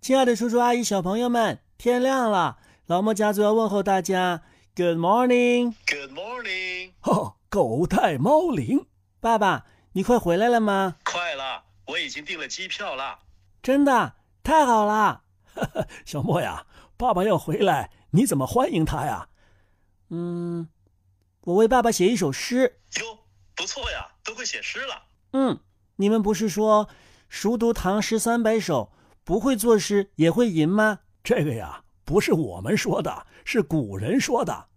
亲爱的叔叔阿姨、小朋友们，天亮了，老莫家族要问候大家，Good morning！ Good morning，哈，哦狗带猫铃，爸爸，你快回来了吗？快了，我已经订了机票了。真的，太好了！ 小莫呀，爸爸要回来，你怎么欢迎他呀？嗯，我为爸爸写一首诗。哟，不错呀，都会写诗了。 嗯，你们不是说熟读唐诗三百首，不会作诗也会吟吗？这个呀，不是我们说的，是古人说的。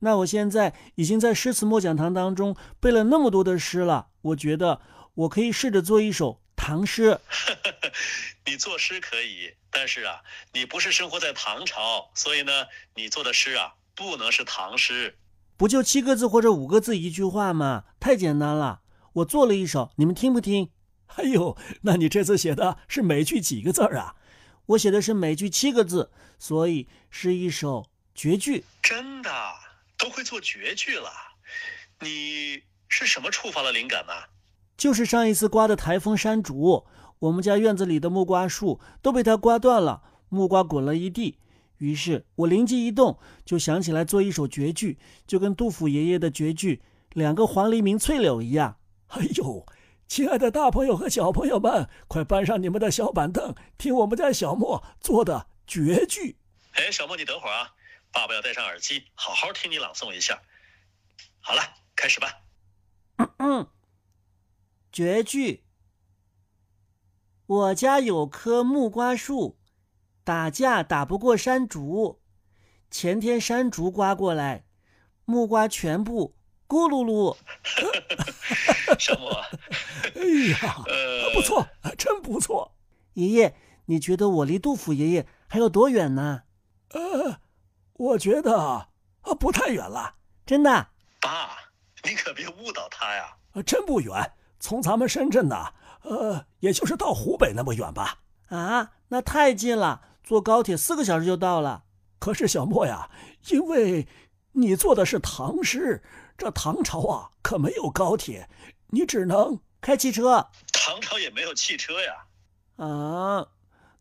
那我现在已经在诗词默讲堂当中背了那么多的诗了，我觉得我可以试着做一首唐诗。你作诗可以，但是啊，你不是生活在唐朝，所以呢，你做的诗啊，不能是唐诗。不就七个字或者五个字一句话吗？太简单了。我做了一首，你们听不听？哎呦，那你这次写的是每句几个字儿啊？我写的是每句七个字，所以是一首绝句。真的，都会做绝句了。你是什么触发了灵感呢、就是上一次刮的台风山竹，我们家院子里的木瓜树都被它刮断了，木瓜滚了一地。于是我灵机一动，就想起来做一首绝句，就跟杜甫爷爷的绝句“两个黄鹂鸣翠柳”一样。哎呦，亲爱的大朋友和小朋友们，快搬上你们的小板凳，听我们家小莫做的绝句。哎，小莫，你等会儿啊，爸爸要戴上耳机，好好听你朗诵一下。好了，开始吧。嗯，绝句。我家有棵木瓜树，打架打不过山竹。前天山竹刮过来，木瓜全部咕噜噜。小莫，哎呀，呃，不错，真不错。爷爷，你觉得我离杜甫爷爷还有多远呢？呃，我觉得啊，不太远了，真的？啊爸，你可别误导他呀。呃真不远，从咱们深圳呐，呃，也就是到湖北那么远吧。啊，那太近了，坐高铁四个小时就到了。可是小莫呀，因为你做的是唐诗，这唐朝啊可没有高铁，你只能开汽车唐朝也没有汽车呀。啊？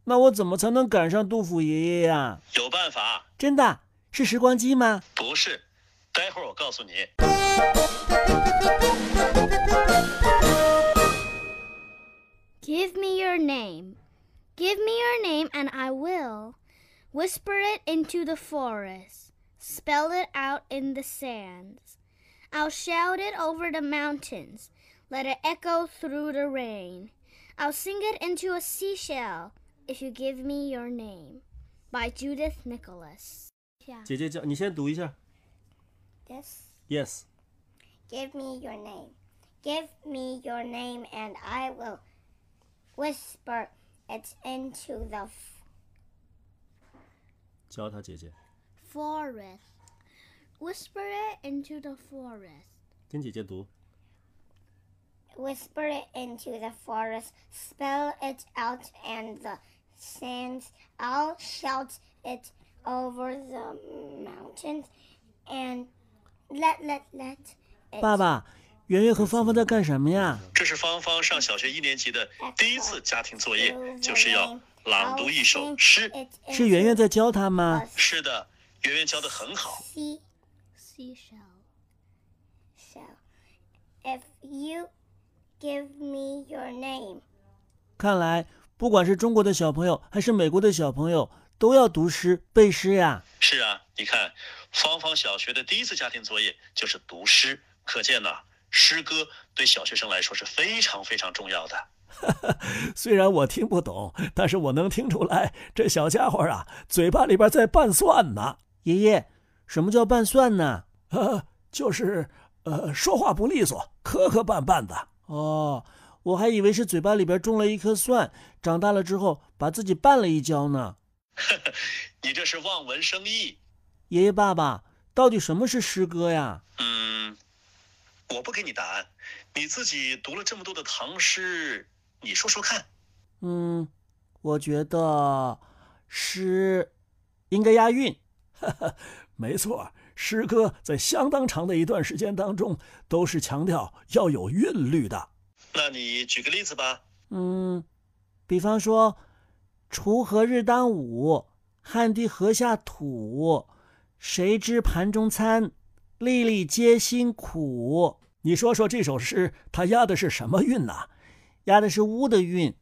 那我怎么才能赶上杜甫爷爷呀、有办法，真的是时光机吗？不是，待会儿我告诉你。 Give me your name. Give me your name, and I will. Whisper it into the forest. Spell it out in the sands. I'll shout it over the mountains. Let it echo through the rain. I'll sing it into a seashell if you give me your name. By Judith Nicholas. Yeah. 姐姐教你先读一下。 Yes. Yes， Give me your name. Give me your name, and I will whisper it into the f- 教他姐姐， Forest. Whisper it into the forest. 跟姐姐读。 whisper it into the forest. Spell it out, and the sands. I'll shout it over the mountains, and let let let. It 爸爸，圆圆和芳芳在干什么呀？这是芳芳上小学一年级的第一次家庭作业，就是要朗读一首诗。是圆圆在教他吗？是的，圆圆教的很好。 sea Seashell. shell. If you give me your name. 看来，不管是中国的小朋友还是美国的小朋友，都要读诗背诗呀。是啊，你看，芳芳小学的第一次家庭作业就是读诗，可见呐、诗歌对小学生来说是非常非常重要的。虽然我听不懂，但是我能听出来，这小家伙啊，嘴巴里边在拌蒜呢。爷爷，什么叫拌蒜呢？呃， 就是呃，说话不利索，磕磕绊绊的。哦，我还以为是嘴巴里边种了一颗蒜，长大了之后把自己绊了一跤呢。你这是望文生义。爷爷爸爸，到底什么是诗歌呀？嗯，我不给你答案，你自己读了这么多的唐诗，你说说看。嗯，我觉得诗应该押韵。 没错，诗歌在相当长的一段时间当中都是强调要有韵律的。那你举个例子吧。嗯，比方说，锄禾日当午，汗滴禾下土。谁知盘中餐，粒粒皆辛苦。你说说这首诗它押的是什么韵呢、押的是乌的韵。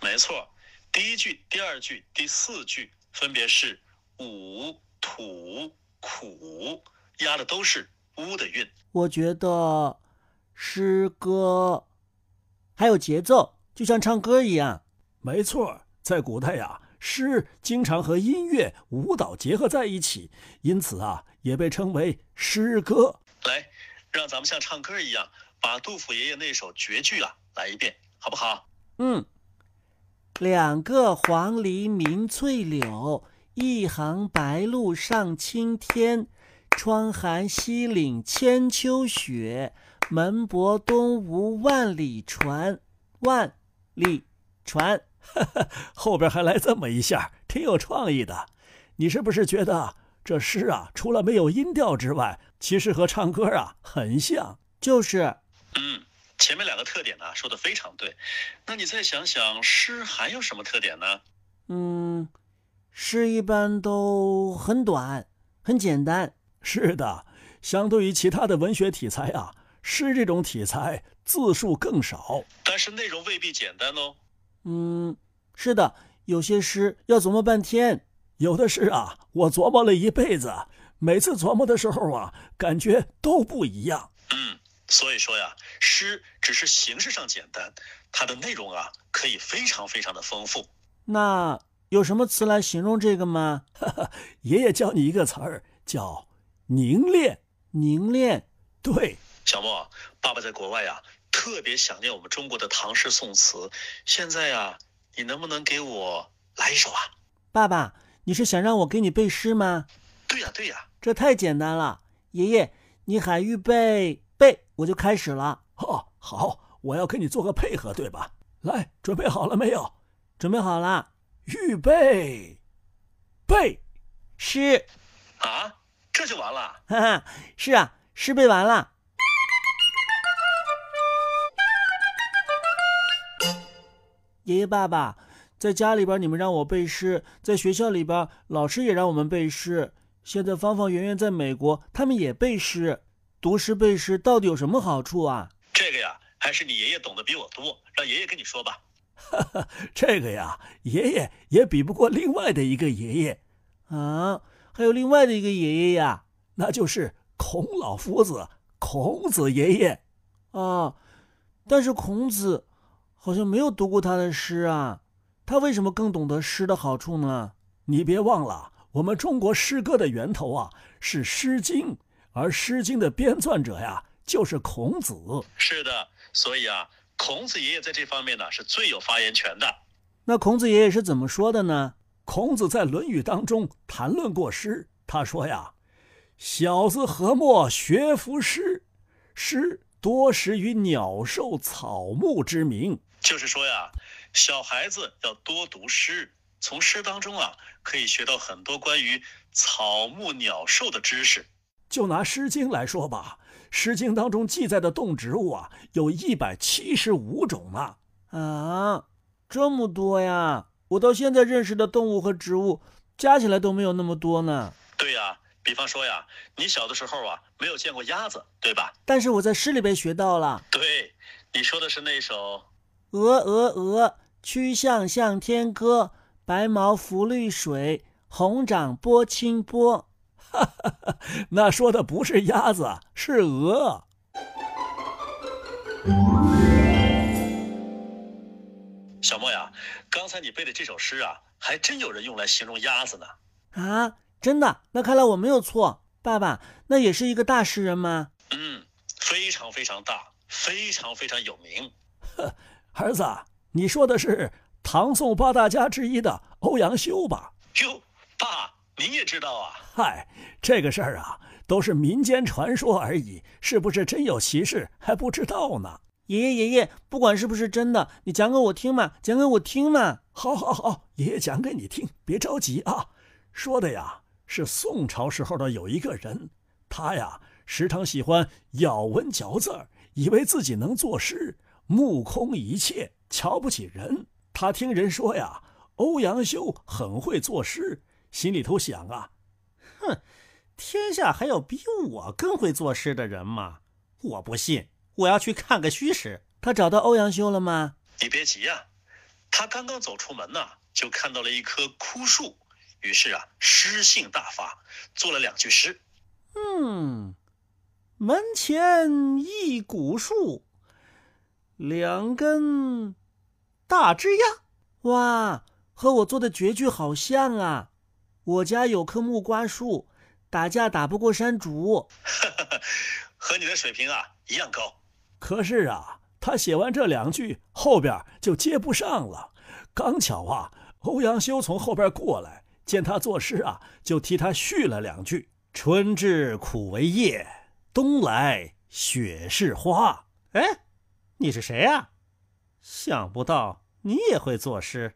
没错，第一句、第二句、第四句分别是五、土、苦，押的都是乌的韵。我觉得诗歌还有节奏，就像唱歌一样。没错，在古代呀、诗经常和音乐、舞蹈结合在一起，因此啊，也被称为诗歌。来，让咱们像唱歌一样，把杜甫爷爷那首绝句啊来一遍，好不好？嗯，两个黄鹂鸣翠柳，一行白鹭上青天。窗含西岭千秋雪，门泊东吴万里船。万里船，后边还来这么一下，挺有创意的。你是不是觉得这诗啊，除了没有音调之外，其实和唱歌啊很像？就是嗯，前面两个特点呢、说的非常对。那你再想想，诗还有什么特点呢？嗯，诗一般都很短，很简单。是的，相对于其他的文学题材啊，诗这种题材字数更少。但是内容未必简单哦。嗯，是的，有些诗要琢磨半天。有的诗啊，我琢磨了一辈子，每次琢磨的时候啊，感觉都不一样。嗯，所以说呀，诗只是形式上简单，它的内容啊可以非常非常的丰富。那有什么词来形容这个吗？ 爷爷教你一个词儿，叫凝练。凝练。对，小莫，爸爸在国外呀、特别想念我们中国的唐诗宋词。现在呀、你能不能给我来一首啊？爸爸，你是想让我给你背诗吗？对呀、对呀、这太简单了。爷爷，你喊预备背，我就开始了。哦，好，我要跟你做个配合，对吧？来，准备好了没有？准备好了？预备，备。诗，啊，这就完了。哈哈，是啊，诗背完了。爷爷、爸爸，在家里边你们让我背诗，在学校里边老师也让我们背诗。现在芳芳、圆圆在美国，他们也背诗。读诗背诗到底有什么好处啊？这个呀，还是你爷爷懂得比我多，让爷爷跟你说吧。这个呀，爷爷也比不过另外的一个爷爷，啊，还有另外的一个爷爷呀。那就是孔老夫子孔子爷爷。啊，但是孔子好像没有读过他的诗啊，他为什么更懂得诗的好处呢？你别忘了，我们中国诗歌的源头啊是《诗经》，而《诗经》的编撰者呀就是孔子。是的，所以啊，孔子爷爷在这方面呢是最有发言权的。那孔子爷爷是怎么说的呢？孔子在《论语》当中谈论过诗，他说呀：“小子何莫学夫诗？诗多识于鸟兽草木之名。就是说呀，小孩子要多读诗，从诗当中啊，可以学到很多关于草木鸟兽的知识。”就拿《诗经》来说吧，《诗经》当中记载的动植物啊，有一百七十五种呢、啊，这么多呀！我到现在认识的动物和植物加起来都没有那么多呢。对呀、比方说呀，你小的时候啊，没有见过鸭子，对吧？但是我在诗里边学到了对，你说的是那首“鹅鹅鹅，曲项向天歌，白毛浮绿水，红掌拨清波 那说的不是鸭子，是鹅。小莫呀，刚才你背的这首诗啊，还真有人用来形容鸭子呢。”啊，真的？那看来我没有错。爸爸，那也是一个大诗人吗？嗯，非常非常大，非常非常有名。儿子，你说的是唐宋八大家之一的欧阳修吧？哟，爸，您也知道啊？嗨，这个事儿啊，都是民间传说而已，是不是真有其事还不知道呢。爷爷爷爷，不管是不是真的，你讲给我听嘛，讲给我听嘛。好，好，好，爷爷讲给你听，别着急啊。说的呀，是宋朝时候的有一个人，他呀时常喜欢咬文嚼字儿，以为自己能作诗，目空一切，瞧不起人。他听人说呀，欧阳修很会作诗，心里头想啊，天下还有比我更会作诗的人吗？我不信，我要去看个虚实。他找到欧阳修了吗？你别急呀、他刚刚走出门呐、就看到了一棵枯树，于是啊，诗兴大发，做了两句诗。 嗯，门前一古树，两根大枝桠。哇，和我做的绝句好像啊！我家有棵木瓜树，打架打不过山竹。和你的水平啊一样高。可是啊，他写完这两句，后边就接不上了。刚巧啊，欧阳修从后边过来，见他作诗啊，就替他续了两句：“春至苦为叶，冬来雪是花。哎，你是谁啊？想不到你也会作诗。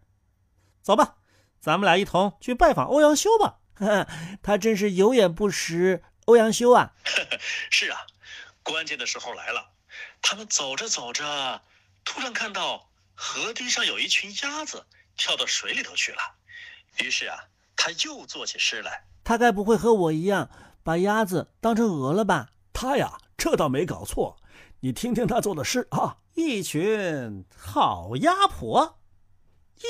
走吧，咱们俩一同去拜访欧阳修 吧。他真是有眼不识欧阳修啊！是啊，关键的时候来了。他们走着走着，突然看到河堤上有一群鸭子跳到水里头去了。于是啊，他又做起诗来。他该不会和我一样把鸭子当成鹅了吧？他呀，这倒没搞错。你听听他做的诗啊，一群好鸭婆，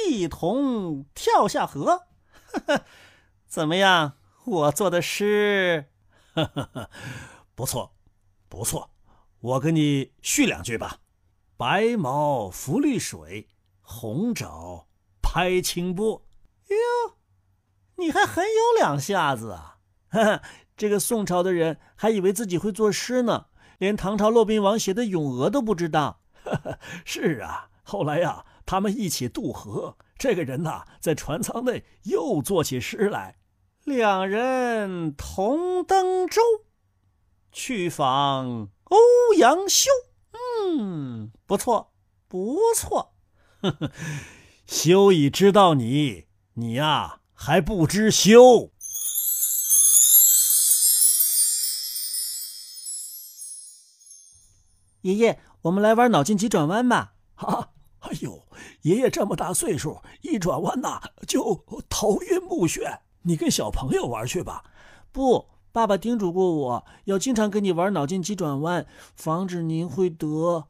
一同跳下河。 怎么样？我做的 诗不错，不错。我给你续两句吧：“白毛浮绿水，红爪拍清波。”你还很有两下子啊！ 这个宋朝的人还以为自己会作诗呢，连唐朝骆宾王写的《咏鹅》都不知道。 是啊，后来呀、他们一起渡河，这个人呐、在船舱内又做起诗来。两人同登舟，去访欧阳修。嗯，不错，不错。 修已知道你，你呀、还不知羞。爷爷，我们来玩脑筋急转弯吧。啊！哎呦，爷爷这么大岁数，一转弯呐、就头晕目眩。你跟小朋友玩去吧。不，爸爸叮嘱过我要经常跟你玩脑筋急转弯，防止您会得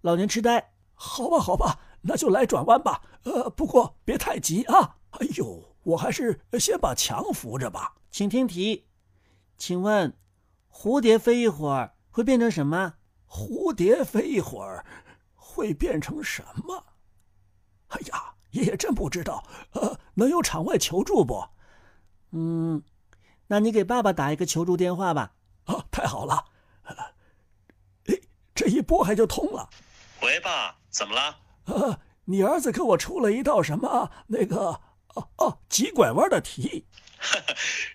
老年痴呆。好吧，好吧，那就来转弯吧。呃，不过别太急啊。哎呦，我还是先把墙扶着吧。请听题，请问蝴蝶飞一会儿会变成什么？蝴蝶飞一会儿会变成什么？哎呀，爷爷真不知道。呃，能有场外求助不？嗯，那你给爸爸打一个求助电话吧。啊，太好了！哎，这一拨还就通了。喂，爸，怎么了？ 呃，你儿子给我出了一道什么那个哦哦急拐弯的题。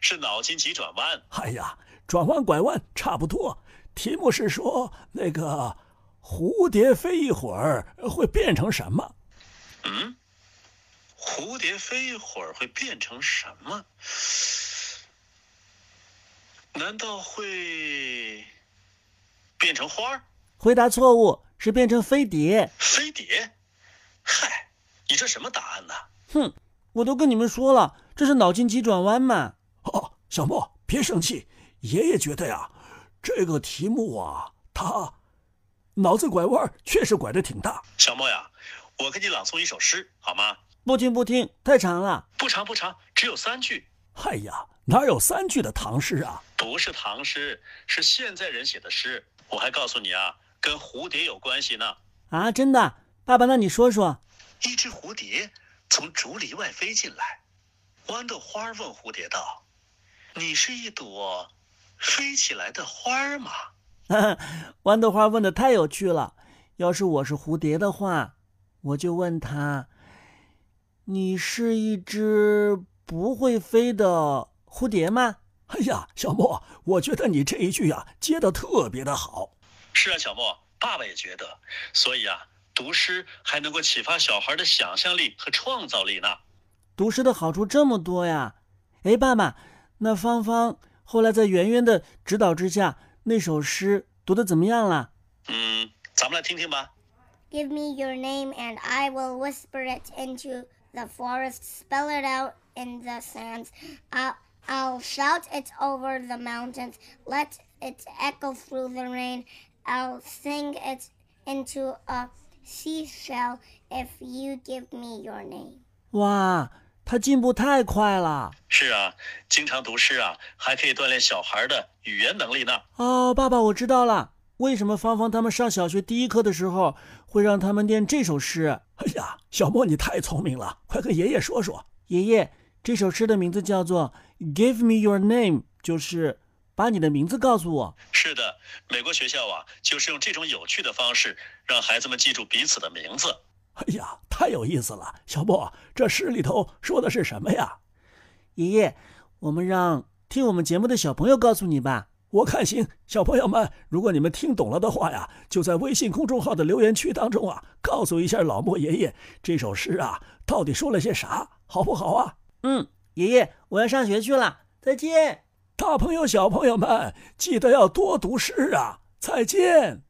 是脑筋急转弯。哎呀，转弯拐弯差不多。题目是说那个蝴蝶飞一会儿会变成什么？嗯，蝴蝶飞一会儿会变成什么？难道会变成花儿？回答错误是变成飞碟。飞碟？嗨，你这什么答案呢、哼，我都跟你们说了，这是脑筋急转弯嘛。哦，小莫别生气，爷爷觉得呀，这个题目啊，他脑子拐弯确实拐得挺大。小莫呀，我给你朗诵一首诗好吗？不听不听，太长了。不长不长，只有三句，哎呀，哪有三句的唐诗啊？不是唐诗，是现在人写的诗。我还告诉你啊，跟蝴蝶有关系呢。啊，真的，爸爸，那你说说，一只蝴蝶从竹篱外飞进来，豌豆花儿问蝴蝶道：“你是一朵飞起来的花儿吗豌豆花问的太有趣了。要是我是蝴蝶的话，我就问他：“你是一只不会飞的蝴蝶吗哎呀，小莫，我觉得你这一句啊接的特别的好。？”是啊，小莫，爸爸也觉得。所以啊，读诗还能够启发小孩的想象力和创造力呢。？”读诗的好处这么多呀！哎，爸爸，那芳芳后来在圆圆的指导之下，那首诗读的怎么样了？嗯，咱们来听听吧。 Give me your name and I will whisper it into the forest, spell it out in the sands. I'll, I'll shout it over the mountains, let it echo through the rain. I'll sing it into a seashell if you give me your name. 哇，他进步太快了！是啊，经常读诗啊，还可以锻炼小孩的语言能力呢。哦，爸爸，我知道了，为什么芳芳他们上小学第一课的时候会让他们念这首诗？哎呀，小莫你太聪明了，快跟爷爷说说。爷爷，这首诗的名字叫做《Give Me Your Name》，就是把你的名字告诉我。是的，美国学校啊，就是用这种有趣的方式让孩子们记住彼此的名字。哎呀，太有意思了，小莫，这诗里头说的是什么呀？爷爷，我们让听我们节目的小朋友告诉你吧。我看行，小朋友们，如果你们听懂了的话呀，就在微信公众号的留言区当中啊，告诉一下老莫爷爷这首诗啊到底说了些啥，好不好啊？嗯，爷爷，我要上学去了，再见。大朋友、小朋友们，记得要多读诗啊！再见。